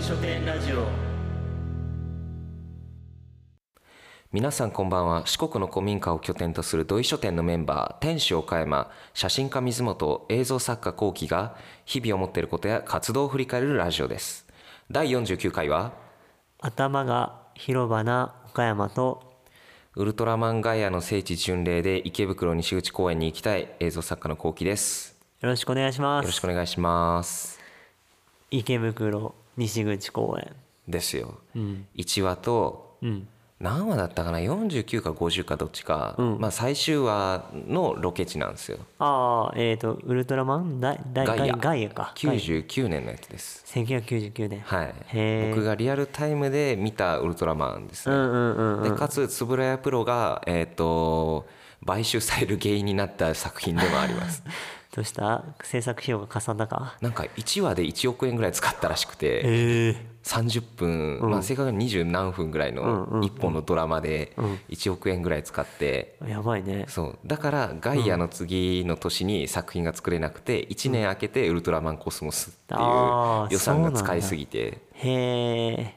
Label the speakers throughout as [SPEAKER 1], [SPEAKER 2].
[SPEAKER 1] 書店ラジオ
[SPEAKER 2] 皆さんこんばんは四国の古民家を拠点とする土井書店のメンバー天使岡山写真家水本映像作家幸喜が日々思っていることや活動を振り返るラジオです第49回は
[SPEAKER 3] 頭が広場な岡山と
[SPEAKER 2] 「ウルトラマンガイアの聖地巡礼で池袋西口公園に行きたい映像作家の幸喜です」
[SPEAKER 3] よろしくお願いしま
[SPEAKER 2] よろし
[SPEAKER 3] す
[SPEAKER 2] くお願いします
[SPEAKER 3] 池袋西口公園
[SPEAKER 2] ですよ、
[SPEAKER 3] うん
[SPEAKER 2] 1話と
[SPEAKER 3] うん
[SPEAKER 2] 何話だったかな49か50かどっちか、
[SPEAKER 3] うん
[SPEAKER 2] まあ最終話のロケ地なんですよ
[SPEAKER 3] ああえっ、ー、とウルトラマンだだ
[SPEAKER 2] ガイア
[SPEAKER 3] ガイアかガイア
[SPEAKER 2] 99年のやつです
[SPEAKER 3] 1999年
[SPEAKER 2] はい
[SPEAKER 3] へー、
[SPEAKER 2] 僕がリアルタイムで見たウルトラマンです
[SPEAKER 3] う
[SPEAKER 2] ね、
[SPEAKER 3] んうんうんうん
[SPEAKER 2] でかつ円谷プロが、えー、と買収される原因になった作品でもあります
[SPEAKER 3] どうした制作費用がかさんだか
[SPEAKER 2] なんか1話で1億円ぐらい使ったらしくて、
[SPEAKER 3] ええ
[SPEAKER 2] 30分、まあ、正確に20何分ぐらいの1本のドラマで1億円ぐらい使って、
[SPEAKER 3] やばいね
[SPEAKER 2] そうだからガイアの次の年に作品が作れなくて1年空けて「ウルトラマンコスモス」っていう
[SPEAKER 3] あー
[SPEAKER 2] 予算
[SPEAKER 3] そ
[SPEAKER 2] が
[SPEAKER 3] うなんだ
[SPEAKER 2] 使いすぎて
[SPEAKER 3] へ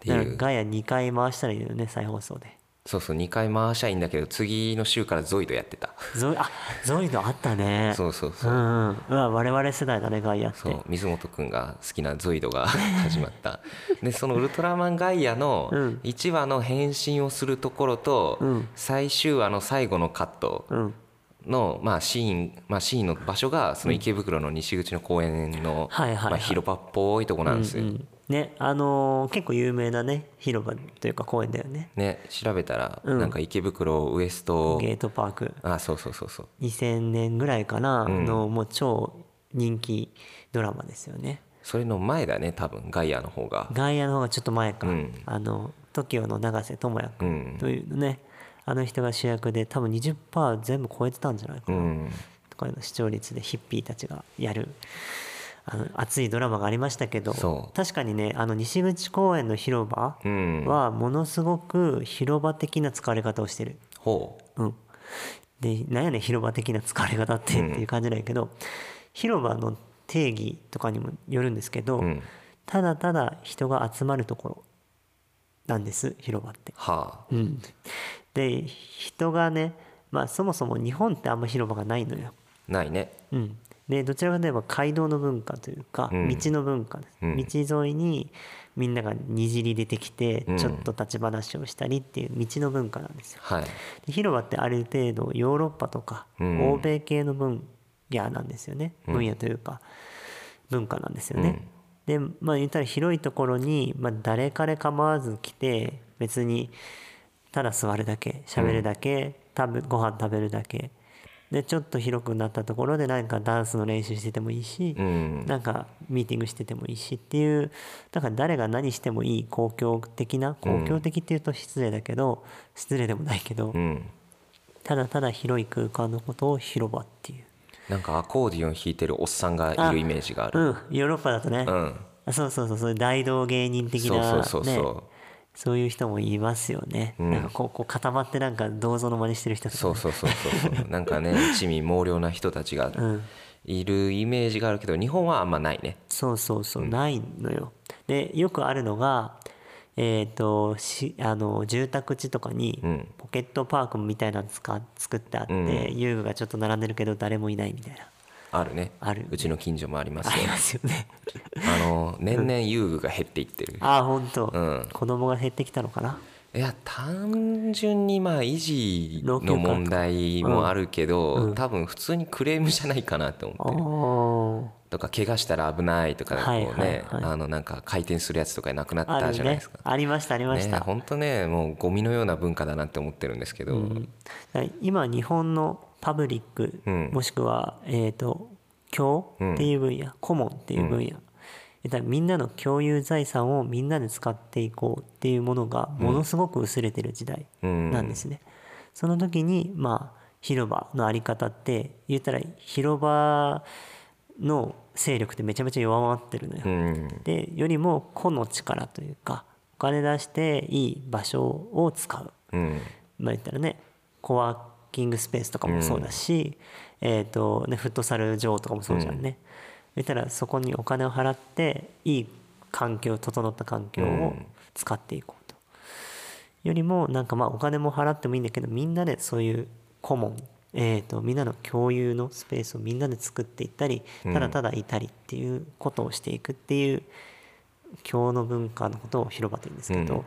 [SPEAKER 2] て
[SPEAKER 3] え
[SPEAKER 2] いう
[SPEAKER 3] だからガイア2回回したらいいのよね再放送で
[SPEAKER 2] そうそう2回回しゃいいんだけど次の週からゾイドやってた
[SPEAKER 3] ゾイあゾイドあったね
[SPEAKER 2] そうそうそううん
[SPEAKER 3] うんうわ我々世代だねガイアって
[SPEAKER 2] そう水本くんが好きなゾイドが 始まったでその「ウルトラマンガイア」の
[SPEAKER 3] うん
[SPEAKER 2] 1話の変身をするところと
[SPEAKER 3] うん
[SPEAKER 2] 最終話の最後のカット
[SPEAKER 3] うん
[SPEAKER 2] のまあシーンまあシーンの場所がその池袋の西口の公園の
[SPEAKER 3] はいはいはい
[SPEAKER 2] まあ広場っぽいとこなんですよ
[SPEAKER 3] うんうんねあのー結構有名なね広場というか公園だよね
[SPEAKER 2] ね調べたら
[SPEAKER 3] うん
[SPEAKER 2] なんか池袋ウエスト
[SPEAKER 3] ゲートパーク
[SPEAKER 2] あそうそうそうそう
[SPEAKER 3] 2000年ぐらいかな
[SPEAKER 2] うん
[SPEAKER 3] の、もう超人気ドラマですよね
[SPEAKER 2] それの前だね多分ガイアの方が
[SPEAKER 3] ガイアの方がちょっと前か、
[SPEAKER 2] うん
[SPEAKER 3] あの TOKIO の永瀬智也
[SPEAKER 2] う
[SPEAKER 3] 君
[SPEAKER 2] ん
[SPEAKER 3] というね、あの人が主役で多分20%全部超えてたんじゃないか
[SPEAKER 2] う
[SPEAKER 3] な、
[SPEAKER 2] ん
[SPEAKER 3] これの視聴率でヒッピーたちがやるあの熱いドラマがありましたけど
[SPEAKER 2] そう
[SPEAKER 3] 確かにねあの西口公園の広場
[SPEAKER 2] うん
[SPEAKER 3] はものすごく広場的な疲れ方をしてる。
[SPEAKER 2] ほう
[SPEAKER 3] うん、でなんやねん広場的な疲れ方ってっていう感じなんやけど、広場の定義とかにもよるんですけど、
[SPEAKER 2] ん
[SPEAKER 3] ただただ人が集まるところなんです広場って。
[SPEAKER 2] はあ
[SPEAKER 3] うん、で人がね、まあ、そもそも日本ってあんま広場がないのよ。
[SPEAKER 2] ないね
[SPEAKER 3] うん、でどちらかといえば街道の文化というか、
[SPEAKER 2] うん
[SPEAKER 3] 道の文化です、
[SPEAKER 2] うん
[SPEAKER 3] 道沿いにみんながにじり出てきて、
[SPEAKER 2] うん
[SPEAKER 3] ちょっと立ち話をしたりっていう道の文化なんですよ。
[SPEAKER 2] はい
[SPEAKER 3] で広場ってある程度ヨーロッパとか、
[SPEAKER 2] うん
[SPEAKER 3] 欧米系の分野なんですよね分野というか、文化なんですよね。でまあ言ったら広いところに、まあ、誰彼構わず来て別にただ座るだけ喋るだけ、食べご飯食べるだけでちょっと広くなったところで何かダンスの練習しててもいいし、
[SPEAKER 2] うん
[SPEAKER 3] なんかミーティングしててもいいしっていうだから誰が何してもいい公共的な公共的っていうと失礼だけど、失礼でもないけど、
[SPEAKER 2] うん
[SPEAKER 3] ただただ広い空間のことを広場っていう、
[SPEAKER 2] なんかアコーディオン弾いてるおっさんがいるイメージがあ
[SPEAKER 3] う
[SPEAKER 2] る
[SPEAKER 3] ん、ヨーロッパだとね、
[SPEAKER 2] うん
[SPEAKER 3] あそうそうそうそういう大道芸人的な、ね、
[SPEAKER 2] そうそうそうそう
[SPEAKER 3] そういう人もいますよね、
[SPEAKER 2] ん
[SPEAKER 3] なんかこうこう固まってなんか銅像の真似してる人とかね
[SPEAKER 2] そうそうそうそう そうなんかね一味猛烈な人たちが
[SPEAKER 3] ん
[SPEAKER 2] いるイメージがあるけど日本はあんまないね
[SPEAKER 3] そうそうそう、ないのよ。でよくあるのが、えー、としあの住宅地とかに
[SPEAKER 2] うん
[SPEAKER 3] ポケットパークみたいなのつか作ってあって、
[SPEAKER 2] うん
[SPEAKER 3] 遊具がちょっと並んでるけど誰もいないみたいな
[SPEAKER 2] あるね
[SPEAKER 3] ある
[SPEAKER 2] うちの近所もあります
[SPEAKER 3] あり
[SPEAKER 2] よ
[SPEAKER 3] ますよ ね。
[SPEAKER 2] あの年々遊具が減っていってる
[SPEAKER 3] ああほんと、
[SPEAKER 2] うん
[SPEAKER 3] 子供が減ってきたのかない
[SPEAKER 2] や単純にまあ維持の問題もあるけど多分普通にクレームじゃないかなと思って
[SPEAKER 3] あー
[SPEAKER 2] とか怪我したら危ないとかこう
[SPEAKER 3] はいはい
[SPEAKER 2] ね、
[SPEAKER 3] はい
[SPEAKER 2] あのなんか回転するやつとかなくなっ
[SPEAKER 3] あ
[SPEAKER 2] た
[SPEAKER 3] る
[SPEAKER 2] じゃない
[SPEAKER 3] ね
[SPEAKER 2] ですか。
[SPEAKER 3] ありましたありまし
[SPEAKER 2] ね
[SPEAKER 3] た、
[SPEAKER 2] 本当ねもうゴミのような文化だなって思ってるんですけど、
[SPEAKER 3] はい今日本のパブリック、
[SPEAKER 2] うん
[SPEAKER 3] もしくは、えー、と教
[SPEAKER 2] うん
[SPEAKER 3] っていう分野、顧問っていう分野、えっとみんなの共有財産をみんなで使っていこうっていうものがものすごく薄れてる時代
[SPEAKER 2] うん
[SPEAKER 3] なんですね。その時に、まあ、広場のあり方って言ったら広場の勢力ってめちゃめちゃ弱まってるのよ。
[SPEAKER 2] うん
[SPEAKER 3] でよりも個の力というかお金出していい場所を使う。
[SPEAKER 2] うん
[SPEAKER 3] まあ言ったらねコワーキングスペースとかもそうだし、えーとね、フットサル場とかもそうじゃんね、言ったらそこにお金を払っていい環境整った環境
[SPEAKER 2] う
[SPEAKER 3] を
[SPEAKER 2] ん
[SPEAKER 3] 使っていこうと、よりもなんかまあお金も払ってもいいんだけどみんなでそういう顧問えー、とみんなの共有のスペースをみんなで作っていったりただただいたりっていうことをしていくっていう今日の文化のことを広場と言うんですけど、
[SPEAKER 2] うん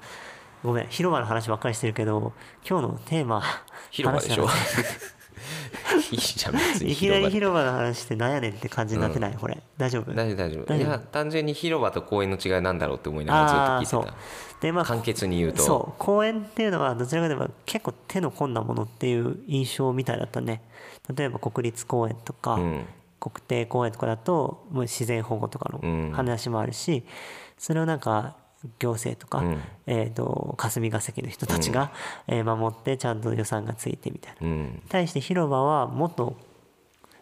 [SPEAKER 3] ごめん広場の話ばっかりしてるけど今日のテーマ
[SPEAKER 2] 広場でしょ
[SPEAKER 3] 話
[SPEAKER 2] いいじゃん別
[SPEAKER 3] なの
[SPEAKER 2] に
[SPEAKER 3] いきなり
[SPEAKER 2] 広場で
[SPEAKER 3] 広場の話してなんやねんって感じになってない、これ大丈夫
[SPEAKER 2] 大丈夫大丈夫
[SPEAKER 3] 大
[SPEAKER 2] い
[SPEAKER 3] 丈夫
[SPEAKER 2] や単純に広場と公園の違いなんだろうって思いなが
[SPEAKER 3] あ
[SPEAKER 2] ら
[SPEAKER 3] あ
[SPEAKER 2] ずっと
[SPEAKER 3] そ
[SPEAKER 2] 聞いうて
[SPEAKER 3] でま
[SPEAKER 2] た
[SPEAKER 3] あ
[SPEAKER 2] 簡潔に言うと
[SPEAKER 3] そう公園っていうのはどちらかといえば結構手の込んだものっていう印象みたいだったね例えば国立公園とか、
[SPEAKER 2] うん
[SPEAKER 3] 国定公園とかだともう自然保護とか
[SPEAKER 2] うん
[SPEAKER 3] の話もあるし、それをなんか行政とか、
[SPEAKER 2] うん
[SPEAKER 3] えー、と霞が関の人たちが、えー守ってちゃんと予算がついてみたいな。
[SPEAKER 2] うん
[SPEAKER 3] 対して広場はもっと、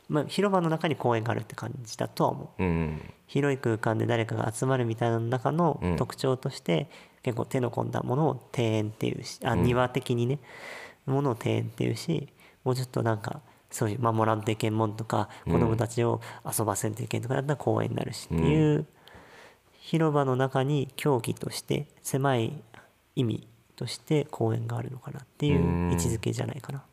[SPEAKER 3] まあ、広場の中に公園があるって感じだとは思う。
[SPEAKER 2] うん
[SPEAKER 3] 広い空間で誰かが集まるみたいなの中の
[SPEAKER 2] うん
[SPEAKER 3] 特徴として、結構手の込んだものを庭園っていうしあ庭的にね、ものを庭園っていうしもうちょっとなんかそういう守らんといけんもんとか子供たちを遊ばせんといけんとかだったら公園になるしっていう、広場の中に競技として狭い意味として公園があるのかなっていう
[SPEAKER 2] うん
[SPEAKER 3] 位置づけじゃないかな。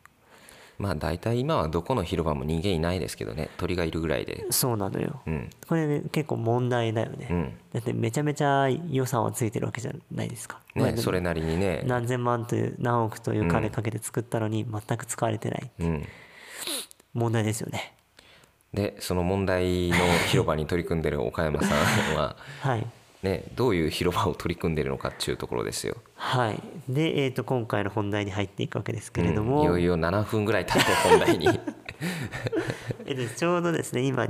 [SPEAKER 2] まあ大体今はどこの広場も人間いないですけどね鳥がいるぐらいで
[SPEAKER 3] そうなのよ、
[SPEAKER 2] うん
[SPEAKER 3] これ、ね、結構問題だよね、
[SPEAKER 2] うん
[SPEAKER 3] だってめちゃめちゃ予算はついてるわけじゃないですか、まあ
[SPEAKER 2] ね
[SPEAKER 3] でも
[SPEAKER 2] それなりにね
[SPEAKER 3] 何千万という何億という金かけて作ったのに全く使われてない、
[SPEAKER 2] うん
[SPEAKER 3] 問題ですよね
[SPEAKER 2] でその問題の広場に取り組んでる岡山さんは
[SPEAKER 3] はい
[SPEAKER 2] ねどういう広場を取り組んでるのかっていうところですよ
[SPEAKER 3] はいで、えー、と今回の本題に入っていくわけですけれど
[SPEAKER 2] うん
[SPEAKER 3] も、
[SPEAKER 2] いよいよ7分ぐらい経って 本題に
[SPEAKER 3] えーとちょうどですね今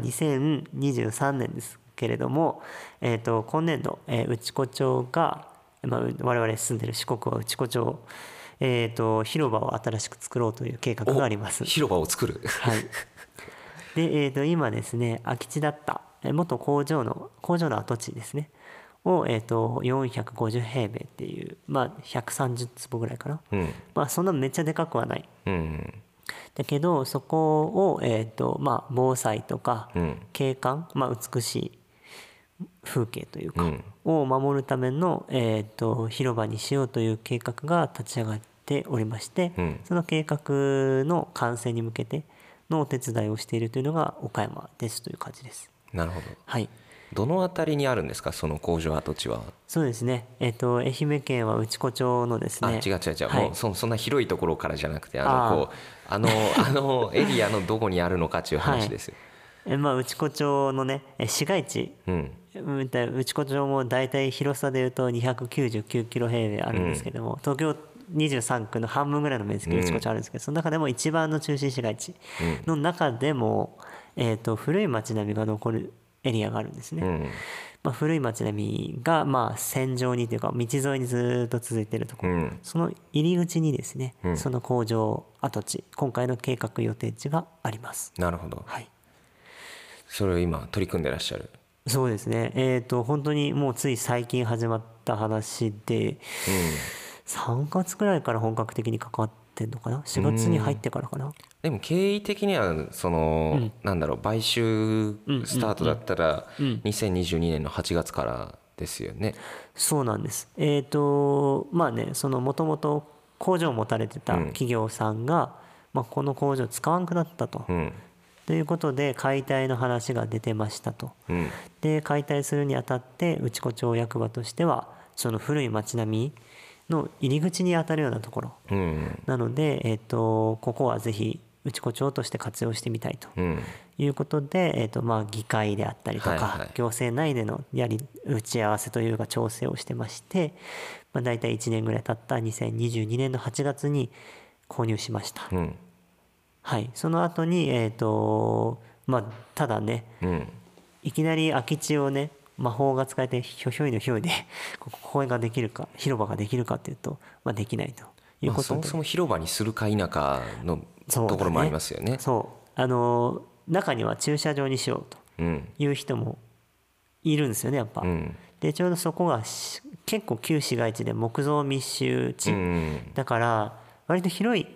[SPEAKER 3] 2023年ですけれども、えー、と今年度、えー内子町が、まあ、う我々住んでる四国は内子町、えー、と広場を新しく作ろうという計画があります
[SPEAKER 2] お広場を作る
[SPEAKER 3] はい、で、えー、と今ですね空き地だったえー元工場の工場の跡地ですねを、えー、と450平米っていうまあ130坪ぐらいかな、
[SPEAKER 2] うん
[SPEAKER 3] まあそんなめっちゃでかくはない
[SPEAKER 2] うん
[SPEAKER 3] だけどそこを、えーとまあ、防災とか
[SPEAKER 2] うん
[SPEAKER 3] 景観、まあ、美しい風景という
[SPEAKER 2] う
[SPEAKER 3] か、
[SPEAKER 2] ん
[SPEAKER 3] を守るための、えー、と広場にしようという計画が立ち上がっておりまして、
[SPEAKER 2] うん
[SPEAKER 3] その計画の完成に向けてのお手伝いをしているというのが岡山ですという感じです。
[SPEAKER 2] なるほど
[SPEAKER 3] はい、
[SPEAKER 2] どの辺りにあるんですかその工場跡地は、
[SPEAKER 3] そうですね、えー、と愛媛県は内子町のです
[SPEAKER 2] あ
[SPEAKER 3] ね
[SPEAKER 2] 違う違う違う、
[SPEAKER 3] はい
[SPEAKER 2] もうそそんな広いところからじゃなくてあ
[SPEAKER 3] あー
[SPEAKER 2] のこう あのあのエリアのどこにあるのかっていう話ですよ、
[SPEAKER 3] えーまあ、内子町のねえー市街地
[SPEAKER 2] うん
[SPEAKER 3] うんだ内子町も大体広さでいうと299キロ平米あるんですけども、東京23区の半分ぐらいの面積
[SPEAKER 2] うん
[SPEAKER 3] 内子町あるんですけど、その中でも一番の中心市街地の中でも、えー、と古い町並みが残るエリアがあるんですね、
[SPEAKER 2] うん
[SPEAKER 3] まあ、古い町並みがまあ線上にというか道沿いにずーっと続いてるとこ
[SPEAKER 2] う
[SPEAKER 3] ろ、
[SPEAKER 2] ん
[SPEAKER 3] その入り口にですね、
[SPEAKER 2] うん
[SPEAKER 3] その工場跡地今回の計画予定地があります
[SPEAKER 2] なるほど
[SPEAKER 3] はい
[SPEAKER 2] それを今取り組んでらっしゃる
[SPEAKER 3] そうですね、えー、と本当にもうつい最近始まった話で、3月ぐらいから本格的に関わってんのかな4月に入ってからかな
[SPEAKER 2] でも経緯的にはその、なんだろう買収スタートだったら2022年の8月からですよね、
[SPEAKER 3] そうなんですえっ、とまあねそのもともと工場を持たれてた企業さんが、まあ、この工場使わんくなったと、
[SPEAKER 2] うん
[SPEAKER 3] ということで解体の話が出てましたと
[SPEAKER 2] うん
[SPEAKER 3] で解体するにあたって内子町役場としてはその古い町並みの入り口にあたるようなところ
[SPEAKER 2] うん
[SPEAKER 3] なので、えっとここはぜひ内子町として活用してみたいと
[SPEAKER 2] うん
[SPEAKER 3] いうことで、えっとまあ、議会であったりとか、
[SPEAKER 2] はいはい
[SPEAKER 3] 行政内でのやり打ち合わせというか調整をしてまして、まあ、大体1年ぐらい経った2022年の8月に購入しました、
[SPEAKER 2] うん
[SPEAKER 3] はい、その後に、えっとまあ、ただね
[SPEAKER 2] うん
[SPEAKER 3] いきなり空き地をね魔法が使えてひょひょいのひょいでここ公園ができるか広場ができるかっていうと、まあ、できないという
[SPEAKER 2] まあ、
[SPEAKER 3] ことで、
[SPEAKER 2] そもそも広場にするか否かの
[SPEAKER 3] そうだね
[SPEAKER 2] ところもありますよね。
[SPEAKER 3] そうあの中には駐車場にしようと
[SPEAKER 2] うん
[SPEAKER 3] いう人もいるんですよねやっぱ、
[SPEAKER 2] うん
[SPEAKER 3] でちょうどそこがし結構旧市街地で木造密集地、
[SPEAKER 2] うん
[SPEAKER 3] だから割と広い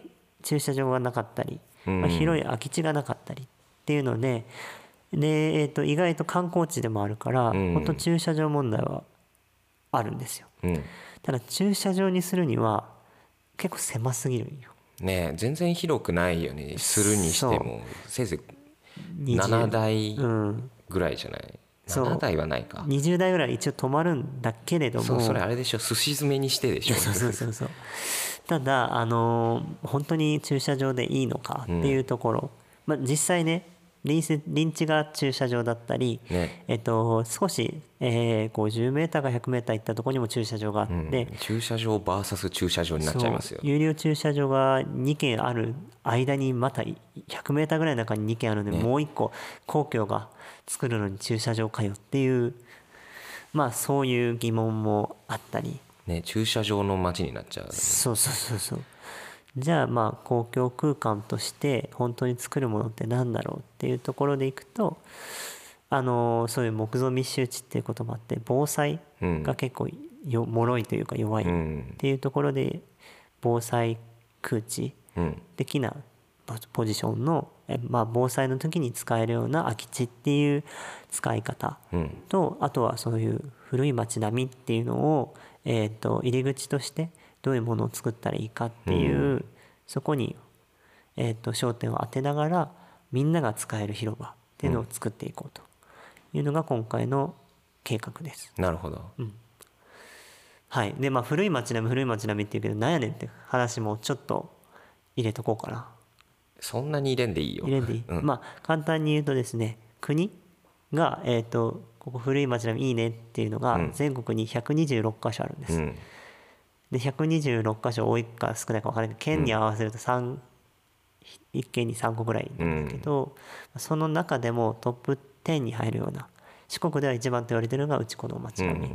[SPEAKER 3] 駐車場がなかったり、
[SPEAKER 2] うん
[SPEAKER 3] まあ広い空き地がなかったりっていうのでで、えー、と意外と観光地でもあるから、
[SPEAKER 2] うん
[SPEAKER 3] 本当駐車場問題はあるんですよ
[SPEAKER 2] うん
[SPEAKER 3] ただ駐車場にするには結構狭すぎるんよ
[SPEAKER 2] ねえ全然広くないよねするにしてもせいぜい
[SPEAKER 3] 20
[SPEAKER 2] 7台
[SPEAKER 3] うん、
[SPEAKER 2] ぐらいじゃない
[SPEAKER 3] そう
[SPEAKER 2] 7台はないか
[SPEAKER 3] 20代ぐらい一応止まるんだけれども
[SPEAKER 2] そうそれあれでしょすし詰めにしてでしょ
[SPEAKER 3] そうそうそうそうただあのー本当に駐車場でいいのかっていうところ、まあ、実際ね隣接隣地が駐車場だったり、
[SPEAKER 2] ね
[SPEAKER 3] えっと、少し、えー、50メーターか100メーター行ったところにも駐車場があって、
[SPEAKER 2] うん駐車場 VS 駐車場になっちゃいますよ
[SPEAKER 3] そう有料駐車場が2軒ある間にまた1 0 0ーぐらいの中に2軒あるので、もう1個公共が作るのに駐車場かよっていうまあそういう疑問もあったり
[SPEAKER 2] ね駐車場の街になっちゃう
[SPEAKER 3] そうそうそうそうじゃあまあ公共空間として本当に作るものって何だろうっていうところでいくとあのそういう木造密集地っていうこともあって防災が結構よ脆いというか弱いっ
[SPEAKER 2] うん
[SPEAKER 3] ていうところで防災空地
[SPEAKER 2] うん
[SPEAKER 3] 的なポポジションの、えまあ、防災の時に使えるような空き地っていう使い方
[SPEAKER 2] うん
[SPEAKER 3] とあとはそういう古い町並みっていうのを、えー、と入り口としてどういうものを作ったらいいかっていう、そこに、えー、と焦点を当てながらみんなが使える広場っていうのを作っていこうというのが今回の計画です。
[SPEAKER 2] なるほど
[SPEAKER 3] はい、でまあ古い町並み古い町並みっていうけどなんやねんって話もちょっと入れとこうかな。
[SPEAKER 2] そんなに入れんでいいよ
[SPEAKER 3] 入れんでいい、まあ簡単に言うとですね国が、えー、とここ古い町並みいいねっていうのが全国に126箇所あるんです、
[SPEAKER 2] うん
[SPEAKER 3] で126箇所多いか少ないか分からないけど県に合わせると3、1県に3個ぐらいなんですけど、その中でもトップ10に入るような四国では一番と言われてるのが内子の町並み、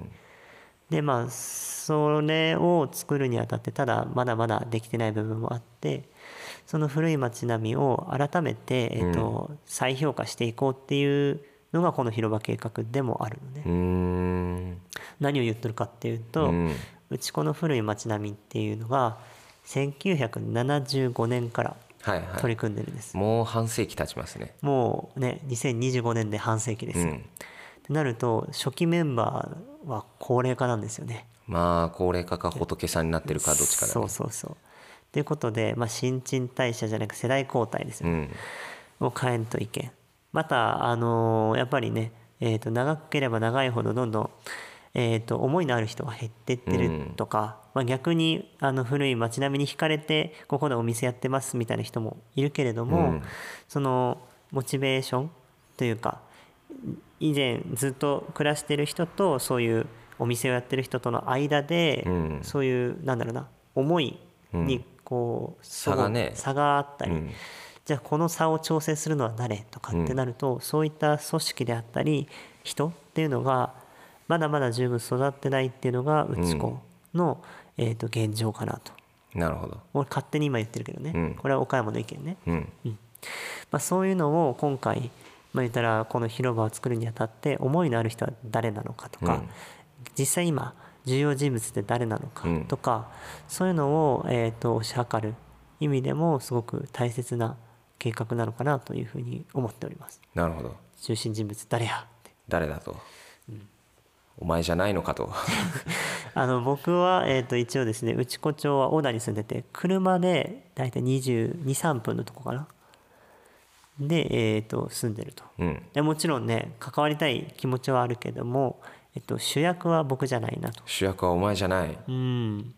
[SPEAKER 3] でまあそれを作るにあたってただまだまだできてない部分もあってその古い町並みを改めて、えっと再評価していこうっていうのがこの広場計画でもあるのね、
[SPEAKER 2] うーん
[SPEAKER 3] 何を言ってるかっていう
[SPEAKER 2] う
[SPEAKER 3] と、
[SPEAKER 2] ん
[SPEAKER 3] 内子の古い町並みっていうのが1975年から
[SPEAKER 2] はいは
[SPEAKER 3] 取り組んでるんです、
[SPEAKER 2] いもう半世紀経ちますね
[SPEAKER 3] もうね2025年で半世紀です
[SPEAKER 2] う
[SPEAKER 3] よ、っ
[SPEAKER 2] ん
[SPEAKER 3] てなると初期メンバーは高齢化なんですよね
[SPEAKER 2] まあ高齢化か仏さんになってるかどっちかだ
[SPEAKER 3] そ
[SPEAKER 2] ね
[SPEAKER 3] うそうそうということで、まあ、新陳代謝じゃなく世代交代ですよ
[SPEAKER 2] う
[SPEAKER 3] ね、
[SPEAKER 2] ん
[SPEAKER 3] を変えんといけんまたあのーやっぱりね、えー、と長ければ長いほどどんどん、えー、と思いのある人が減ってってるとか、まあ、逆にあの古い街並みに惹かれてここでお店やってますみたいな人もいるけれども、
[SPEAKER 2] うん
[SPEAKER 3] そのモチベーションというか以前ずっと暮らしてる人とそういうお店をやってる人との間で、
[SPEAKER 2] うん
[SPEAKER 3] そういうなんだろうな思いにこう、
[SPEAKER 2] 差がね
[SPEAKER 3] 差があったり、
[SPEAKER 2] うん
[SPEAKER 3] じゃあこの差を調整するのは誰とかってなると、そういった組織であったり人っていうのがまだまだ十分育ってないっていうのがうち子の、えー、と現状かなと
[SPEAKER 2] なるほど
[SPEAKER 3] 俺勝手に今言ってるけどね、
[SPEAKER 2] うん
[SPEAKER 3] これは岡山の意見ね、
[SPEAKER 2] うん
[SPEAKER 3] まあ、そういうのを今回、まあ、言ったらこの広場を作るにあたって思いのある人は誰なのかとか、
[SPEAKER 2] うん
[SPEAKER 3] 実際今重要人物って誰なのか
[SPEAKER 2] うん
[SPEAKER 3] とか、そういうのを、えー、と推し量る意味でもすごく大切な計画なのかなというふうに思っております。
[SPEAKER 2] なるほど
[SPEAKER 3] 中心人物誰やって
[SPEAKER 2] 誰だと、お前じゃないのかと
[SPEAKER 3] あの僕は、えー、と一応ですね内子町は小田に住んでて車で大体223分のとこかなで、えー、と住んでると
[SPEAKER 2] うん
[SPEAKER 3] でもちろんね関わりたい気持ちはあるけども、えっと、主役は僕じゃないなと
[SPEAKER 2] 主役はお前じゃない
[SPEAKER 3] うん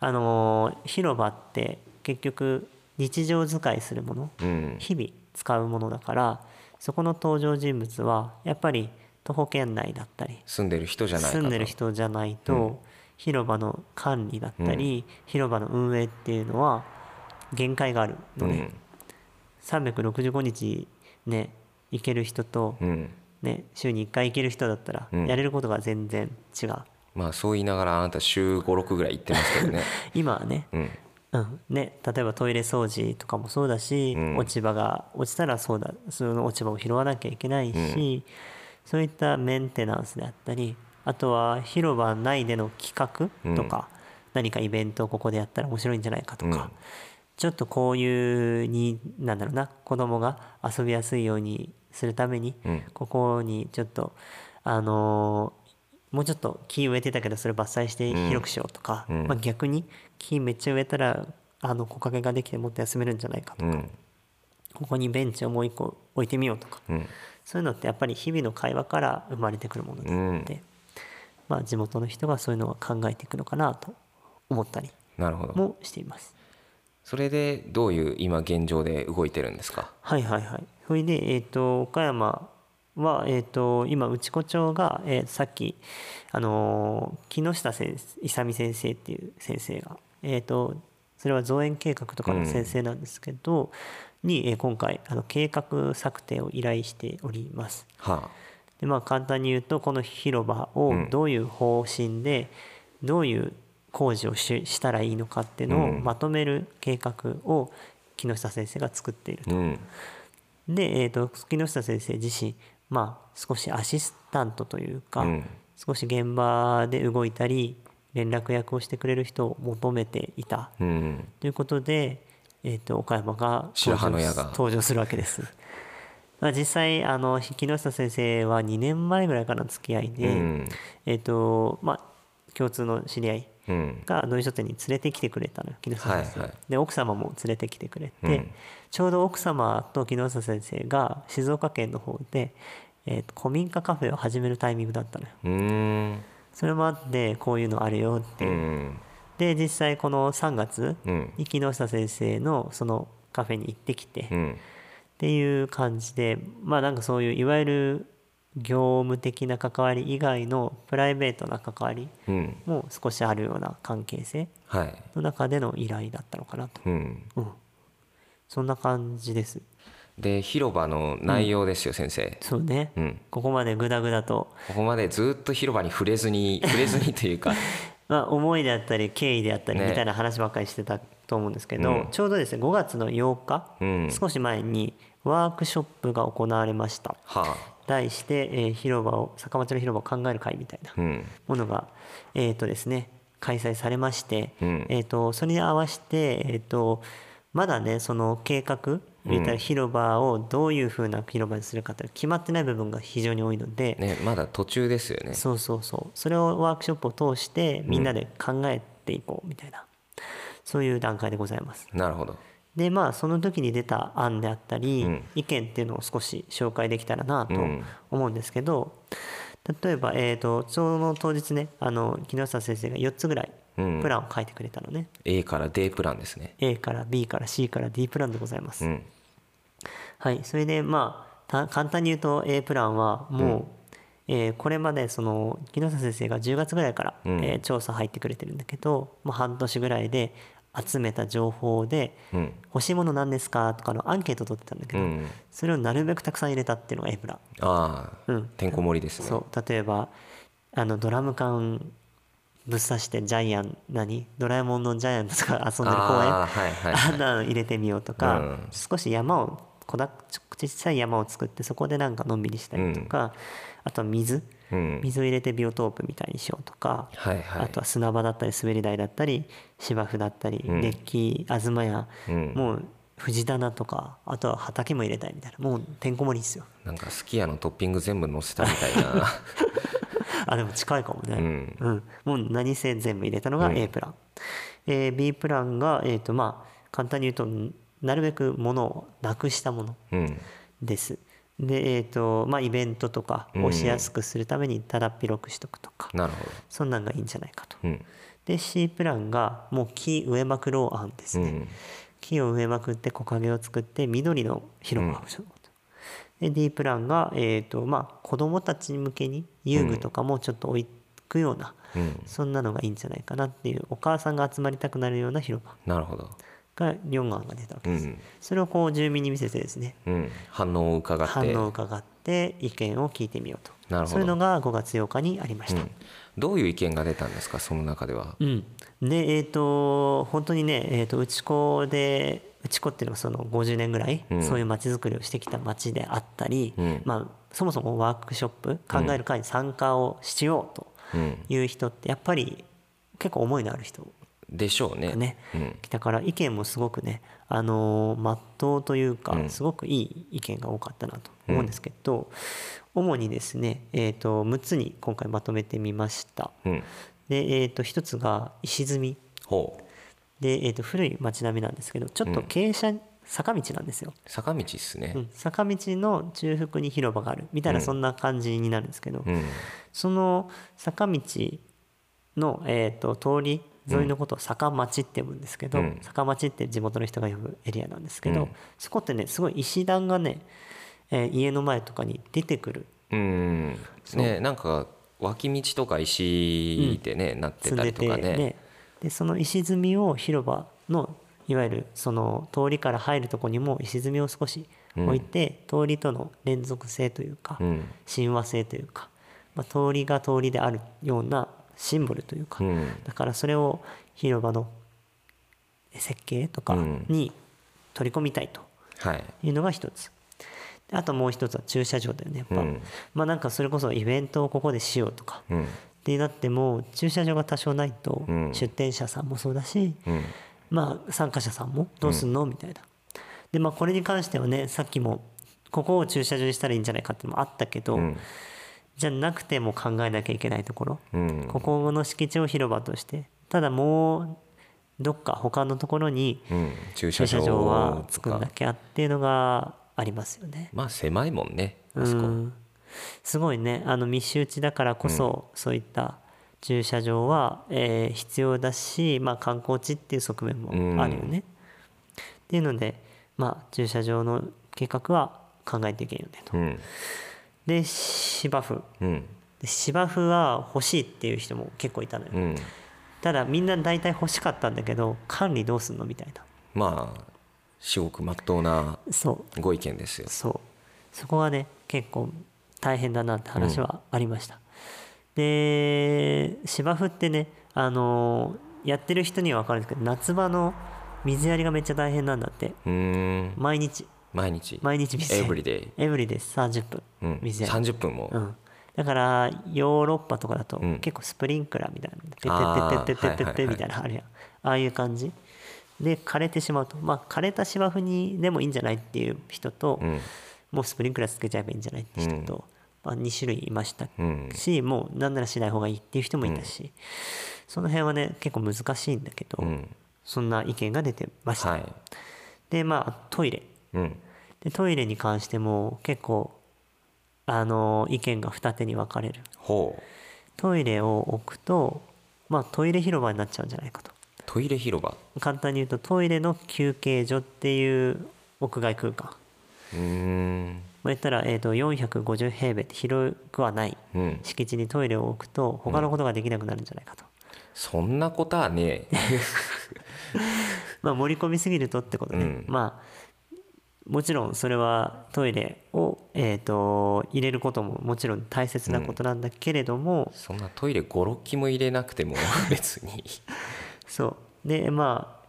[SPEAKER 3] あのー広場って結局日常使いするもの、
[SPEAKER 2] うん
[SPEAKER 3] 日々使うものだからそこの登場人物はやっぱり徒歩圏内だったり
[SPEAKER 2] 住んでる人じゃないかと
[SPEAKER 3] 住んでる人じゃないと、広場の管理だったり、広場の運営っていうのは限界がある
[SPEAKER 2] う
[SPEAKER 3] ので、
[SPEAKER 2] ん
[SPEAKER 3] 365日ね行ける人と
[SPEAKER 2] うん
[SPEAKER 3] ね、週に1回行ける人だったら
[SPEAKER 2] うん
[SPEAKER 3] やれることが全然違う、
[SPEAKER 2] まあそう言いながらあなた週56ぐらい行ってますけどね
[SPEAKER 3] 今はね,、
[SPEAKER 2] うん
[SPEAKER 3] うん、ね例えばトイレ掃除とかもそうだし、
[SPEAKER 2] うん
[SPEAKER 3] 落ち葉が落ちたらそうだその落ち葉を拾わなきゃいけないし、そういったメンテナンスであったりあとは広場内での企画とか、何かイベントをここでやったら面白いんじゃないかとか、
[SPEAKER 2] うん
[SPEAKER 3] ちょっとこういうになんだろうな子供が遊びやすいようにするために、
[SPEAKER 2] うん
[SPEAKER 3] ここにちょっとあのーもうちょっと木植えてたけどそれ伐採して広くしようとか、
[SPEAKER 2] うん
[SPEAKER 3] まあ、逆に木めっちゃ植えたらあの木陰ができてもっと休めるんじゃないかとか、
[SPEAKER 2] うん
[SPEAKER 3] ここにベンチをもう一個置いてみようとか、
[SPEAKER 2] うん
[SPEAKER 3] そういうのってやっぱり日々の会話から生まれてくるものだと思って、まあ、地元の人がそういうのを考えていくのかなと思ったり
[SPEAKER 2] なるほど
[SPEAKER 3] もしています。
[SPEAKER 2] それでどういう今現状で動いてるんですか
[SPEAKER 3] はいはいはい。それで、えー、と岡山は、えー、と今内子町が、えーさっき、あのー木下先生勇先生っていう先生が、えー、とそれは造園計画とかの先生なんですけど、に、えー今回あの計画策定を依頼しております。
[SPEAKER 2] は
[SPEAKER 3] でまあ簡単に言うとこの広場を
[SPEAKER 2] うん
[SPEAKER 3] どういう方針でどういう工事をししたらいいのかっていうのを
[SPEAKER 2] うん
[SPEAKER 3] まとめる計画を木下先生が作っている
[SPEAKER 2] あうん
[SPEAKER 3] で、えー、と木下先生自身まあ少しアシスタントというか、
[SPEAKER 2] うん
[SPEAKER 3] 少し現場で動いたり連絡役をしてくれる人を求めていた
[SPEAKER 2] うん
[SPEAKER 3] ということで、えー、と岡山が
[SPEAKER 2] 白羽の矢
[SPEAKER 3] 登場
[SPEAKER 2] が
[SPEAKER 3] 登場するわけです。まあ実際あの木下先生は2年前ぐらいからの付き合いで、
[SPEAKER 2] うん
[SPEAKER 3] えっ、とまあ共通の知り合い
[SPEAKER 2] うん
[SPEAKER 3] が土井書店に連れてきてくれたのよ木下先生、
[SPEAKER 2] はいはい
[SPEAKER 3] で奥様も連れてきてくれて、
[SPEAKER 2] うん
[SPEAKER 3] ちょうど奥様と木下先生が静岡県の方で、えーと古民家カフェを始めるタイミングだったのよ
[SPEAKER 2] うん
[SPEAKER 3] それもあってこういうのあるよって、
[SPEAKER 2] うん
[SPEAKER 3] で実際この3月
[SPEAKER 2] うん
[SPEAKER 3] に木下先生のそのカフェに行ってきて、
[SPEAKER 2] う
[SPEAKER 3] っ
[SPEAKER 2] ん
[SPEAKER 3] ていう感じでまあなんかそういういわゆる業務的な関わり以外のプライベートな関わり
[SPEAKER 2] うん
[SPEAKER 3] も少しあるような関係性
[SPEAKER 2] はい
[SPEAKER 3] の中での依頼だったのかなと、
[SPEAKER 2] うん
[SPEAKER 3] うん、そんな感じです
[SPEAKER 2] で広場の内容ですよ、先生
[SPEAKER 3] そうね、
[SPEAKER 2] うん
[SPEAKER 3] ここまでグダグダと、
[SPEAKER 2] ここまでずっと広場に触れ ずに触れずにというか
[SPEAKER 3] まあ、思いであったり経緯であったり
[SPEAKER 2] ね
[SPEAKER 3] みたいな話ばっかりしてたと思うんですけど、
[SPEAKER 2] うん
[SPEAKER 3] ちょうどですね5月の8日、
[SPEAKER 2] うん
[SPEAKER 3] 少し前にワークショップが行われました
[SPEAKER 2] は
[SPEAKER 3] 題して、えー広場を坂町の広場を考える会みたいな
[SPEAKER 2] あうん
[SPEAKER 3] ものが、えーとですね、開催されまして、
[SPEAKER 2] うん
[SPEAKER 3] えー、とそれに合わせて、えー、とまだねその計画言ったら広場をどういうふうな広場にするかという決まってない部分が非常に多いので、
[SPEAKER 2] ねまだ途中ですよね
[SPEAKER 3] そうそうそうそれをワークショップを通してみんなで考えていこうみたいな、そういう段階でございます。
[SPEAKER 2] なるほど
[SPEAKER 3] でまあその時に出た案であったり、
[SPEAKER 2] うん
[SPEAKER 3] 意見っていうのを少し紹介できたらなと
[SPEAKER 2] うん
[SPEAKER 3] 思うんですけど、例えば、えー、とその当日ねあの木下先生が4つぐらい
[SPEAKER 2] うん
[SPEAKER 3] プランを書いてくれたのね、
[SPEAKER 2] A から D プランですね
[SPEAKER 3] A から B から C から D プランでございます、
[SPEAKER 2] うん
[SPEAKER 3] はいそれでまあた簡単に言うと A プランはもう、えーこれまでその木下先生が10月ぐらいから、
[SPEAKER 2] うん
[SPEAKER 3] えー調査入ってくれてるんだけど、まあ、半年ぐらいで集めた情報で、
[SPEAKER 2] うん
[SPEAKER 3] 欲しいもの何ですかとかのアンケート取ってたんだけ
[SPEAKER 2] う
[SPEAKER 3] ど、
[SPEAKER 2] ん
[SPEAKER 3] それをなるべくたくさん入れたっていうのがエプラ
[SPEAKER 2] ああ、
[SPEAKER 3] うん
[SPEAKER 2] てんこ盛りですね
[SPEAKER 3] そう例えばあのドラム缶ぶっ刺してジャイアン何ドラえもんのジャイアンとか遊んでる公園
[SPEAKER 2] あーはいはいはい
[SPEAKER 3] あんなの入れてみようとか、
[SPEAKER 2] うん
[SPEAKER 3] 少し山を小だち小さい山を作ってそこでなんかのんびりしたりとか、あとは水
[SPEAKER 2] うん
[SPEAKER 3] 水を入れてビオトープみたいにしようとか、
[SPEAKER 2] はいはい
[SPEAKER 3] あとは砂場だったり滑り台だったり芝生だったり、
[SPEAKER 2] うん
[SPEAKER 3] デッキ東屋、
[SPEAKER 2] うん
[SPEAKER 3] もう藤棚とかあとは畑も入れたいみたいなもうてんこ盛りですよ
[SPEAKER 2] なんかすき家のトッピング全部載せたみたいな
[SPEAKER 3] あでも近いかもね、
[SPEAKER 2] うん
[SPEAKER 3] もう何せ全部入れたのが A プラン、えー B プランが、えーとまあ、簡単に言うとなるべくものをなくしたもの
[SPEAKER 2] うん
[SPEAKER 3] ですでえーとまあ、イベントとかをしやすくするためにただっ広くしとくとか、
[SPEAKER 2] なるほど
[SPEAKER 3] そんなんがいいんじゃないかと、
[SPEAKER 2] うん
[SPEAKER 3] で C プランがもう木植えまくろう案です
[SPEAKER 2] う
[SPEAKER 3] ね、
[SPEAKER 2] ん
[SPEAKER 3] 木を植えまくって木陰を作って緑の広場をしようと、で D プランが、えーとまあ、子どもたち向けに遊具とかもちょっと置くような、
[SPEAKER 2] うん
[SPEAKER 3] そんなのがいいんじゃないかなっていうお母さんが集まりたくなるような広場
[SPEAKER 2] なるほど
[SPEAKER 3] が4案が出たわけです、
[SPEAKER 2] うん
[SPEAKER 3] それをこう住民に見せてですね
[SPEAKER 2] うん反応を伺って
[SPEAKER 3] 反応を伺って意見を聞いてみようと
[SPEAKER 2] なるほど
[SPEAKER 3] そういうのが5月8日にありました、
[SPEAKER 2] うんどういう意見が出たんですかその中では
[SPEAKER 3] うん、でえっ、と本当にね、えー、と内子で内子っていうのはその50年ぐらい、
[SPEAKER 2] うん
[SPEAKER 3] そういう街づくりをしてきた街であったり、
[SPEAKER 2] うん
[SPEAKER 3] まあ、そもそもワークショップ考える会に参加をしようと
[SPEAKER 2] うん
[SPEAKER 3] いう人ってやっぱり結構思いのある人
[SPEAKER 2] でしょうね
[SPEAKER 3] がね、
[SPEAKER 2] うん
[SPEAKER 3] 来たから意見もすごくねあのー、まっとうというか、
[SPEAKER 2] うん
[SPEAKER 3] すごくいい意見が多かったなと思うんですけど、主にですね、えー、と6つに今回まとめてみました。
[SPEAKER 2] うん
[SPEAKER 3] で、えー、と1つが石積み
[SPEAKER 2] ほう
[SPEAKER 3] で、えー、と古い町並みなんですけどちょっと傾斜、坂道なんですよ、
[SPEAKER 2] 坂道っすね
[SPEAKER 3] うん坂道の中腹に広場があるみたいなそんな感じになるんですけど、
[SPEAKER 2] うん、
[SPEAKER 3] その坂道の、えー、と通り沿いのことを坂町って呼ぶんですけど、
[SPEAKER 2] うん
[SPEAKER 3] 坂町って地元の人が呼ぶエリアなんですけど、
[SPEAKER 2] うん
[SPEAKER 3] そこってねすごい石段がね、えー家の前とかに出てくる
[SPEAKER 2] うんねなんか脇道とか石でね、なって
[SPEAKER 3] 積ん
[SPEAKER 2] た
[SPEAKER 3] で
[SPEAKER 2] りと
[SPEAKER 3] て
[SPEAKER 2] かね
[SPEAKER 3] ねでその石積みを広場のいわゆるその通りから入るとこにも石積みを少し置いて、通りとの連続性というか、
[SPEAKER 2] うん
[SPEAKER 3] 親和性というか、まあ、通りが通りであるようなシンボルというか、
[SPEAKER 2] うん
[SPEAKER 3] だからそれを広場の設計とか
[SPEAKER 2] うん
[SPEAKER 3] に取り込みたいと
[SPEAKER 2] はい
[SPEAKER 3] いうのが一つであともう一つは駐車場だよねやっぱ、
[SPEAKER 2] うん
[SPEAKER 3] まあなんかそれこそイベントをここでしようとか
[SPEAKER 2] うん
[SPEAKER 3] ってなっても駐車場が多少ないと
[SPEAKER 2] うん
[SPEAKER 3] 出店者さんもそうだし、
[SPEAKER 2] うん
[SPEAKER 3] まあ参加者さんもどうすんのみたいなでまあこれに関してはねさっきもここを駐車場にしたらいいんじゃないかってのもあったけど、
[SPEAKER 2] うん
[SPEAKER 3] じゃなくても考えなきゃいけないところ、
[SPEAKER 2] うん
[SPEAKER 3] ここの敷地を広場としてただもうどっか他のところに
[SPEAKER 2] うん駐
[SPEAKER 3] 駐
[SPEAKER 2] 車
[SPEAKER 3] 車場は
[SPEAKER 2] 場と
[SPEAKER 3] 作んな
[SPEAKER 2] か
[SPEAKER 3] きゃっていうのがありますよね。
[SPEAKER 2] まあ狭いもんね
[SPEAKER 3] う
[SPEAKER 2] あそこ
[SPEAKER 3] ん、すごいねあの密集地だからこそ、そういった駐車場は、えー必要だし、まあ、観光地っていう側面もあるよね。っていうので、まあ、駐車場の計画は考えていけんよねと。
[SPEAKER 2] うん
[SPEAKER 3] で芝生
[SPEAKER 2] うん
[SPEAKER 3] で芝生は欲しいっていう人も結構いたのよ、
[SPEAKER 2] うん
[SPEAKER 3] ただみんな大体欲しかったんだけど管理どうすんのみたいな
[SPEAKER 2] まあ至極まっとうな
[SPEAKER 3] そう
[SPEAKER 2] ご意見ですよ
[SPEAKER 3] そうそこがね結構大変だなって話はありました、で芝生ってねあのーやってる人には分かるんですけど夏場の水やりがめっちゃ大変なんだって
[SPEAKER 2] うーん
[SPEAKER 3] 毎日
[SPEAKER 2] 毎日
[SPEAKER 3] 毎日水や
[SPEAKER 2] エ
[SPEAKER 3] り
[SPEAKER 2] ブリデイ
[SPEAKER 3] エブリで30分、
[SPEAKER 2] うん
[SPEAKER 3] 水やり
[SPEAKER 2] 30分も
[SPEAKER 3] うん、だからヨーロッパとかだと
[SPEAKER 2] うん
[SPEAKER 3] 結構スプリンクラーみたいな
[SPEAKER 2] あ
[SPEAKER 3] の
[SPEAKER 2] ー
[SPEAKER 3] でてててててててて
[SPEAKER 2] はいはいはい
[SPEAKER 3] みたいなのあるやんああいう感じで枯れてしまうとまあ枯れた芝生にでもいいんじゃないっていう人と、
[SPEAKER 2] うん
[SPEAKER 3] もうスプリンクラーつけちゃえばいいんじゃないって人と、まあ、2種類いました
[SPEAKER 2] うん
[SPEAKER 3] し、もうなんならしない方がいいっていう人もいたし、その辺はね結構難しいんだけど、
[SPEAKER 2] うん
[SPEAKER 3] そんな意見が出てました、
[SPEAKER 2] はい
[SPEAKER 3] でまあトイレ
[SPEAKER 2] うん
[SPEAKER 3] でトイレに関しても結構あの意見が二手に分かれる
[SPEAKER 2] ほう
[SPEAKER 3] トイレを置くと、まあ、トイレ広場になっちゃうんじゃないかと
[SPEAKER 2] トイレ広場
[SPEAKER 3] 簡単に言うとトイレの休憩所っていう屋外空間
[SPEAKER 2] うーん
[SPEAKER 3] まあ言ったら、えー、と450平米って広くはない
[SPEAKER 2] うん
[SPEAKER 3] 敷地にトイレを置くと他のことができなくなるんじゃないかと、
[SPEAKER 2] そんなことはね え
[SPEAKER 3] まあ盛り込みすぎるとってことね、
[SPEAKER 2] うん
[SPEAKER 3] まあもちろんそれはトイレを、えー、と入れることももちろん大切なことなんだけれども、
[SPEAKER 2] そんなトイレ56機も入れなくても別に
[SPEAKER 3] そうでま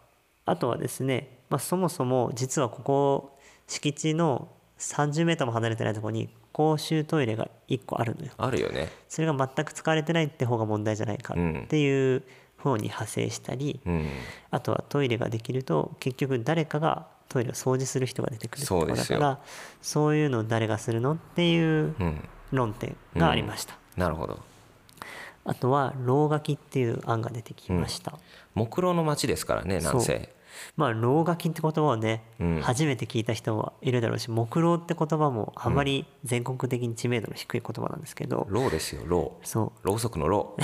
[SPEAKER 3] ああとはですね、まあ、そもそも実はここ敷地の 30m も離れてないところに公衆トイレが1個あるのよ
[SPEAKER 2] あるよね
[SPEAKER 3] それが全く使われてないって方が問題じゃないか
[SPEAKER 2] うん
[SPEAKER 3] っていう方に派生したり、
[SPEAKER 2] うん
[SPEAKER 3] あとはトイレができると結局誰かがトイレを掃除する人が出てくるってこと
[SPEAKER 2] そうで
[SPEAKER 3] だ
[SPEAKER 2] す
[SPEAKER 3] か
[SPEAKER 2] よ
[SPEAKER 3] らそういうのを誰がするのっていう
[SPEAKER 2] うん
[SPEAKER 3] 論点がありました、
[SPEAKER 2] なるほど
[SPEAKER 3] あとは老垣っていう案が出てきました、
[SPEAKER 2] 木楼の町ですからねなん
[SPEAKER 3] そ
[SPEAKER 2] せ
[SPEAKER 3] まあ老眼金って言葉をね、
[SPEAKER 2] うん
[SPEAKER 3] 初めて聞いた人はいるだろうし木老って言葉もあんまり全国的に知名度の低い言葉なんですけど、
[SPEAKER 2] ろうですよろう
[SPEAKER 3] そう
[SPEAKER 2] ろうそくのろ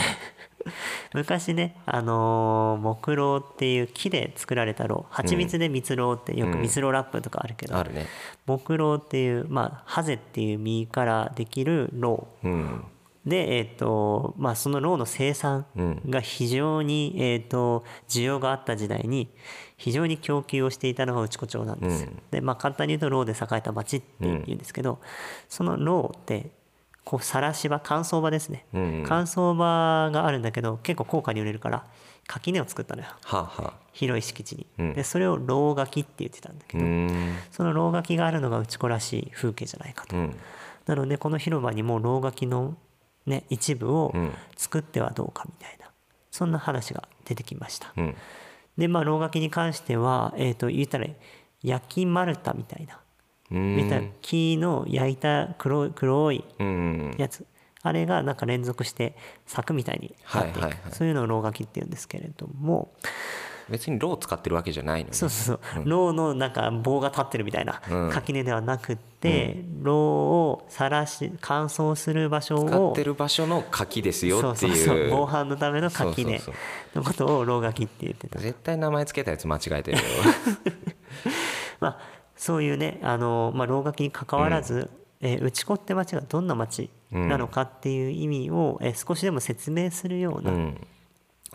[SPEAKER 3] 昔ね、あのー木老っていう木で作られたろう蜂蜜で蜜ろうってよく
[SPEAKER 2] うん
[SPEAKER 3] 蜜ろうラップとかあるけ
[SPEAKER 2] う
[SPEAKER 3] ど、
[SPEAKER 2] あるね
[SPEAKER 3] 木老っていうまあハゼっていう実からできるろう
[SPEAKER 2] うん
[SPEAKER 3] で、えーとまあ、そのローの生産が非常に、えー、と需要があった時代に非常に供給をしていたのが内子町なんですよ。
[SPEAKER 2] うん
[SPEAKER 3] でまあ、簡単に言うとローで栄えた町って言うんですけど、そのローってこうさらし場乾燥場ですね、
[SPEAKER 2] うんうん
[SPEAKER 3] 乾燥場があるんだけど結構高価に売れるから垣根を作ったのよ
[SPEAKER 2] はあはあ
[SPEAKER 3] 広い敷地に。
[SPEAKER 2] うん
[SPEAKER 3] でそれをロー垣って言ってたんだけ
[SPEAKER 2] う
[SPEAKER 3] ど、
[SPEAKER 2] ーん
[SPEAKER 3] そのロー垣があるのが内子らしい風景じゃないかと。
[SPEAKER 2] うん
[SPEAKER 3] なのでこの広場にもう老垣の、ね、一部を
[SPEAKER 2] うん
[SPEAKER 3] 作ってはどうかみたいなそんな話が出てきました。
[SPEAKER 2] うん
[SPEAKER 3] でまあ老垣に関しては、えー、と言ったら焼き丸太みたいな
[SPEAKER 2] うん
[SPEAKER 3] 見た木の焼いた黒い黒い
[SPEAKER 2] うん
[SPEAKER 3] やつあれがなんか連続して柵みたいになっていく、
[SPEAKER 2] はいはいはい
[SPEAKER 3] そういうのを老垣っていうんですけれども
[SPEAKER 2] 別にロー使ってるわけじゃないのね
[SPEAKER 3] そうそうそう牢のなんか棒が立ってるみたいな
[SPEAKER 2] うん
[SPEAKER 3] 垣根ではなくって、牢を晒し乾燥する場所
[SPEAKER 2] 使
[SPEAKER 3] を
[SPEAKER 2] ってる場所の柿です
[SPEAKER 3] そ
[SPEAKER 2] よ
[SPEAKER 3] う
[SPEAKER 2] っ
[SPEAKER 3] そ
[SPEAKER 2] て
[SPEAKER 3] う
[SPEAKER 2] いう
[SPEAKER 3] そう防犯のための垣根
[SPEAKER 2] そうそう
[SPEAKER 3] のことを老垣って言ってた
[SPEAKER 2] 絶対名前つけたやつ間違 えてるよ
[SPEAKER 3] まあ、そういうねあの、まあ、老垣に関わらず、えー内子って町がどんな町なのかっていう意味を、えー少しでも説明するよう
[SPEAKER 2] う
[SPEAKER 3] な、
[SPEAKER 2] ん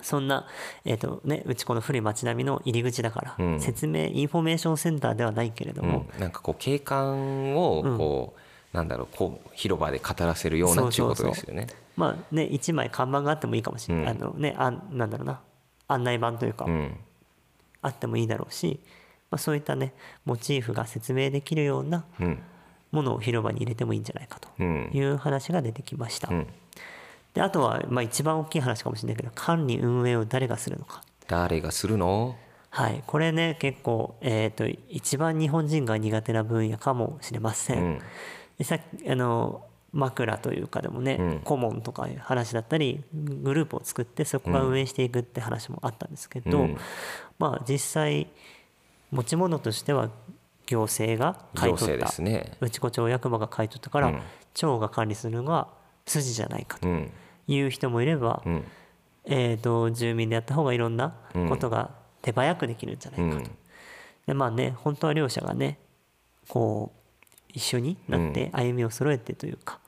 [SPEAKER 3] そんな、えーとね、内子の古い町並みの入り口だから、
[SPEAKER 2] うん
[SPEAKER 3] 説明インフォメーションセンターではないけれど
[SPEAKER 2] う
[SPEAKER 3] も
[SPEAKER 2] ん、、なんかこう景観をこう、なんだろうこう広場で語らせるようなっていうことですよね
[SPEAKER 3] まあね1枚看板があってもいいかもしれない、
[SPEAKER 2] うん
[SPEAKER 3] あのねあんなんだろうな案内板というか、
[SPEAKER 2] うん
[SPEAKER 3] あってもいいだろうし、まあ、そういったねモチーフが説明できるような
[SPEAKER 2] うん
[SPEAKER 3] ものを広場に入れてもいいんじゃないかと
[SPEAKER 2] うん
[SPEAKER 3] いう話が出てきました。
[SPEAKER 2] うん
[SPEAKER 3] であとは、まあ、一番大きい話かもしれないけど管理運営を誰がするのか、
[SPEAKER 2] 誰がするの
[SPEAKER 3] はい、これね結構、えー、と一番日本人が苦手な分野かもしれません、
[SPEAKER 2] うん
[SPEAKER 3] でさっきあの枕というかでもね、
[SPEAKER 2] うん
[SPEAKER 3] 顧問とかいう話だったりグループを作ってそこが運営していくって話もあったんですけど、
[SPEAKER 2] うん
[SPEAKER 3] まあ実際持ち物としては行政が買
[SPEAKER 2] 行
[SPEAKER 3] い取っ
[SPEAKER 2] 政で
[SPEAKER 3] た、
[SPEAKER 2] すね
[SPEAKER 3] 内子町役場が買い取ったから、
[SPEAKER 2] うん
[SPEAKER 3] 町が管理するのが筋じゃないかと
[SPEAKER 2] うん
[SPEAKER 3] いう人もいれば、
[SPEAKER 2] うん
[SPEAKER 3] えー、と住民でやった方がいろんなことが手早くできるんじゃないうかと、
[SPEAKER 2] ん
[SPEAKER 3] でまあね本当は両者がねこう一緒になって歩みを揃えてというか、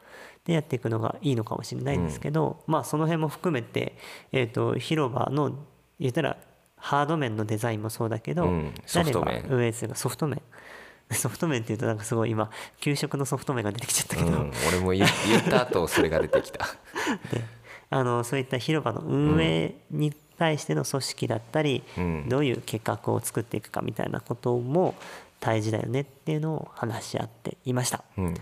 [SPEAKER 3] でやっていくのがいいのかもしれないんですけど、まあその辺も含めて、えー、と広場の言ったらハード面のデザインもそうだけど、
[SPEAKER 2] うんソフト面
[SPEAKER 3] 誰が運営するかソフト面 ソフト面っていうとなんかすごい今給食のソフト面が出てきちゃった
[SPEAKER 2] う
[SPEAKER 3] けど、
[SPEAKER 2] ん俺も言言った後それが出てきた
[SPEAKER 3] であのそういった広場の運営に対しての組織だったり、
[SPEAKER 2] うん
[SPEAKER 3] どういう計画を作っていくかみたいなことも大事だよねっていうのを話し合っていました、
[SPEAKER 2] うん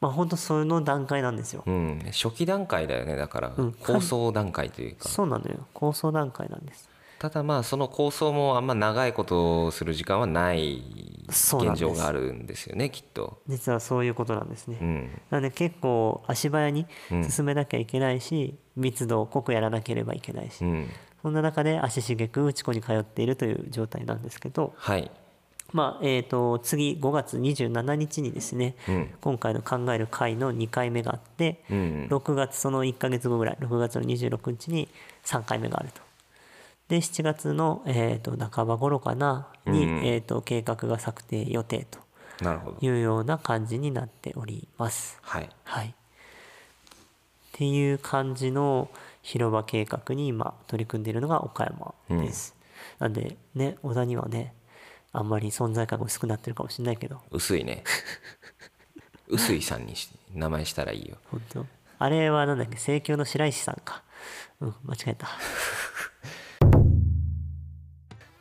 [SPEAKER 3] まあ本当その段階なんですよ、
[SPEAKER 2] うん初期段階だよねだから
[SPEAKER 3] うん
[SPEAKER 2] 構想段階という か
[SPEAKER 3] そうなのよ構想段階なんです
[SPEAKER 2] ただまあその構想もあんま長いことをする時間はない
[SPEAKER 3] そうなん
[SPEAKER 2] 現
[SPEAKER 3] です
[SPEAKER 2] 状があるんですよねきっと。
[SPEAKER 3] 実はそういうことなんですね、
[SPEAKER 2] うん
[SPEAKER 3] なので結構足早に進めなきゃいけないし、密度を濃くやらなければいけないし、
[SPEAKER 2] うん、
[SPEAKER 3] そんな中で足しげく内子に通っているという状態なんですけど、
[SPEAKER 2] はい、
[SPEAKER 3] まあえー、と次5月27日にですね、
[SPEAKER 2] うん
[SPEAKER 3] 今回の「考える会」の2回目があって、
[SPEAKER 2] うん
[SPEAKER 3] 6月その1ヶ月後ぐらい6月の26日に3回目があると。で7月の、えー、と半ば頃かなに、
[SPEAKER 2] うん
[SPEAKER 3] えー、と計画が策定予定と
[SPEAKER 2] なるほど。
[SPEAKER 3] いうような感じになっております。
[SPEAKER 2] はい、
[SPEAKER 3] はい、っていう感じの広場計画に今取り組んでいるのが岡山です。なんでね小田にはねあんまり存在感が薄くなってるかもしれないけど
[SPEAKER 2] 薄いね。 薄いさんにし名前したらいいよ。
[SPEAKER 3] 本当あれはなんだっけ盛況の白石さんか。うん間違え た。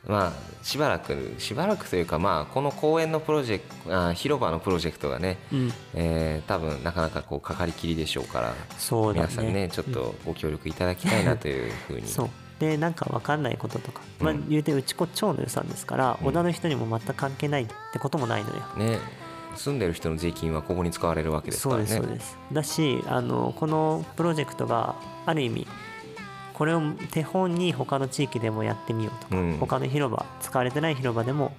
[SPEAKER 2] まあしばらくしばらくというかまあこの公園のプロジェクトあ広場のプロジェクトがね、
[SPEAKER 3] うん
[SPEAKER 2] えー多分なかなかこうかかりきりでしょうから
[SPEAKER 3] そうだね
[SPEAKER 2] 皆さんねちょっとご協力いただきたいなというふうに。
[SPEAKER 3] そうでなんか分かんないこととか、まあ、
[SPEAKER 2] うん
[SPEAKER 3] 言うてうちこ町の予算ですから、
[SPEAKER 2] うん
[SPEAKER 3] 小田の人にも全く関係ないってこともないのよ。
[SPEAKER 2] ね住んでる人の税金はここに使われるわけですか
[SPEAKER 3] そう
[SPEAKER 2] ら
[SPEAKER 3] で
[SPEAKER 2] ね。
[SPEAKER 3] すそうですだしあのこのプロジェクトがある意味これを手本に他の地域でもやってみようとか、
[SPEAKER 2] うん
[SPEAKER 3] 他の広場使われてない広場でも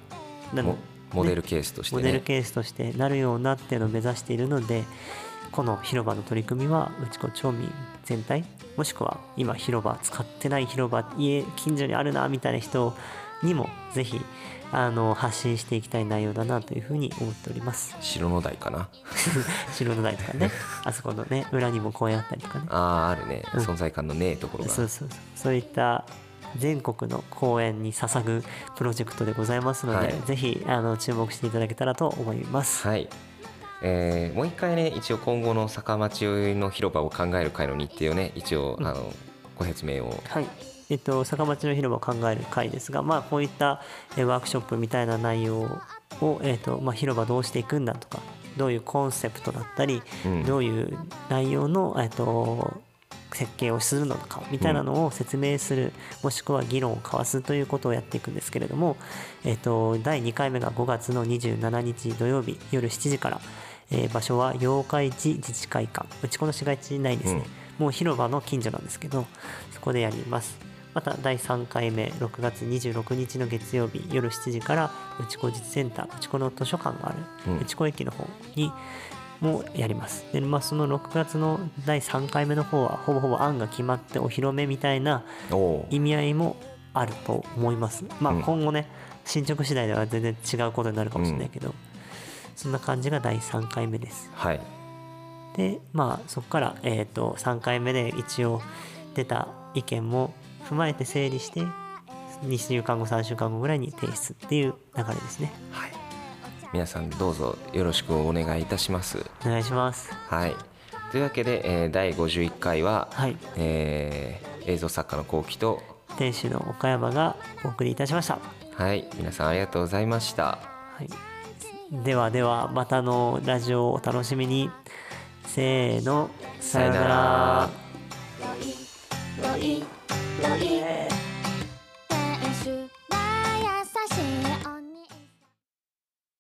[SPEAKER 3] な
[SPEAKER 2] もモデル
[SPEAKER 3] ね
[SPEAKER 2] ケースとして
[SPEAKER 3] モ
[SPEAKER 2] ね。
[SPEAKER 3] デルケースとしてなるようなっていうのを目指しているのでこの広場の取り組みはうちこ町民全体もしくは今広場使ってない広場家近所にあるなみたいな人にもぜひあの発信していきたい内容だなというふうに思っております。
[SPEAKER 2] 白の台かな。
[SPEAKER 3] 城の台とか ねあそこのね裏にも公園あったりとかね
[SPEAKER 2] あああるね、
[SPEAKER 3] うん
[SPEAKER 2] 存在感のねえところが
[SPEAKER 3] そうそうそうそういった全国の公園に捧ぐプロジェクトでございますので、
[SPEAKER 2] はい
[SPEAKER 3] ぜひあの注目していただけたらと思います。
[SPEAKER 2] はい、えーもう一回ね一応今後の坂町の広場を考える会の日程をね一応、あのご説明を
[SPEAKER 3] はいえっと、坂町の広場を考える会ですが、まあ、こういったえーワークショップみたいな内容を、えっとまあ、広場どうしていくんだとかどういうコンセプトだったり、
[SPEAKER 2] うん
[SPEAKER 3] どういう内容の、えっと設計をするのかみたいなのを説明する、もしくは議論を交わすということをやっていくんですけれども、えっと第2回目が5月の27日土曜日夜7時から、えー場所は八日市自治会館うちこの市街地内ですね、もう広場の近所なんですけどそこでやりますまた第3回目6月26日の月曜日夜7時からうちこ実センターうちこの図書館がある、
[SPEAKER 2] うん
[SPEAKER 3] うちこ駅の方にもやりますで、まあ、その6月の第3回目の方はほぼほぼ案が決まってお披露目みたいな
[SPEAKER 2] おお
[SPEAKER 3] 意味合いもあると思いますまあ
[SPEAKER 2] うん
[SPEAKER 3] 今後ね、進捗次第では全然違うことになるかもしれないけど、そんな感じが第3回目です
[SPEAKER 2] はい
[SPEAKER 3] でまあそこから、えー、と3回目で一応出た意見も踏まえて整理して2週間後3週間後ぐらいに提出っていう流れですね
[SPEAKER 2] はい皆さんどうぞよろしくお願いいたします
[SPEAKER 3] お願いします
[SPEAKER 2] はいというわけで、えー第51回は、
[SPEAKER 3] はい
[SPEAKER 2] えー映像作家の幸喜と
[SPEAKER 3] 店主の岡山がお送りいたしました、
[SPEAKER 2] はい皆さんありがとうございました
[SPEAKER 3] はい、ではではまたのラジオをお楽しみにせーのさような
[SPEAKER 2] さよう
[SPEAKER 3] ら
[SPEAKER 2] なら
[SPEAKER 1] ロイロイロイ店主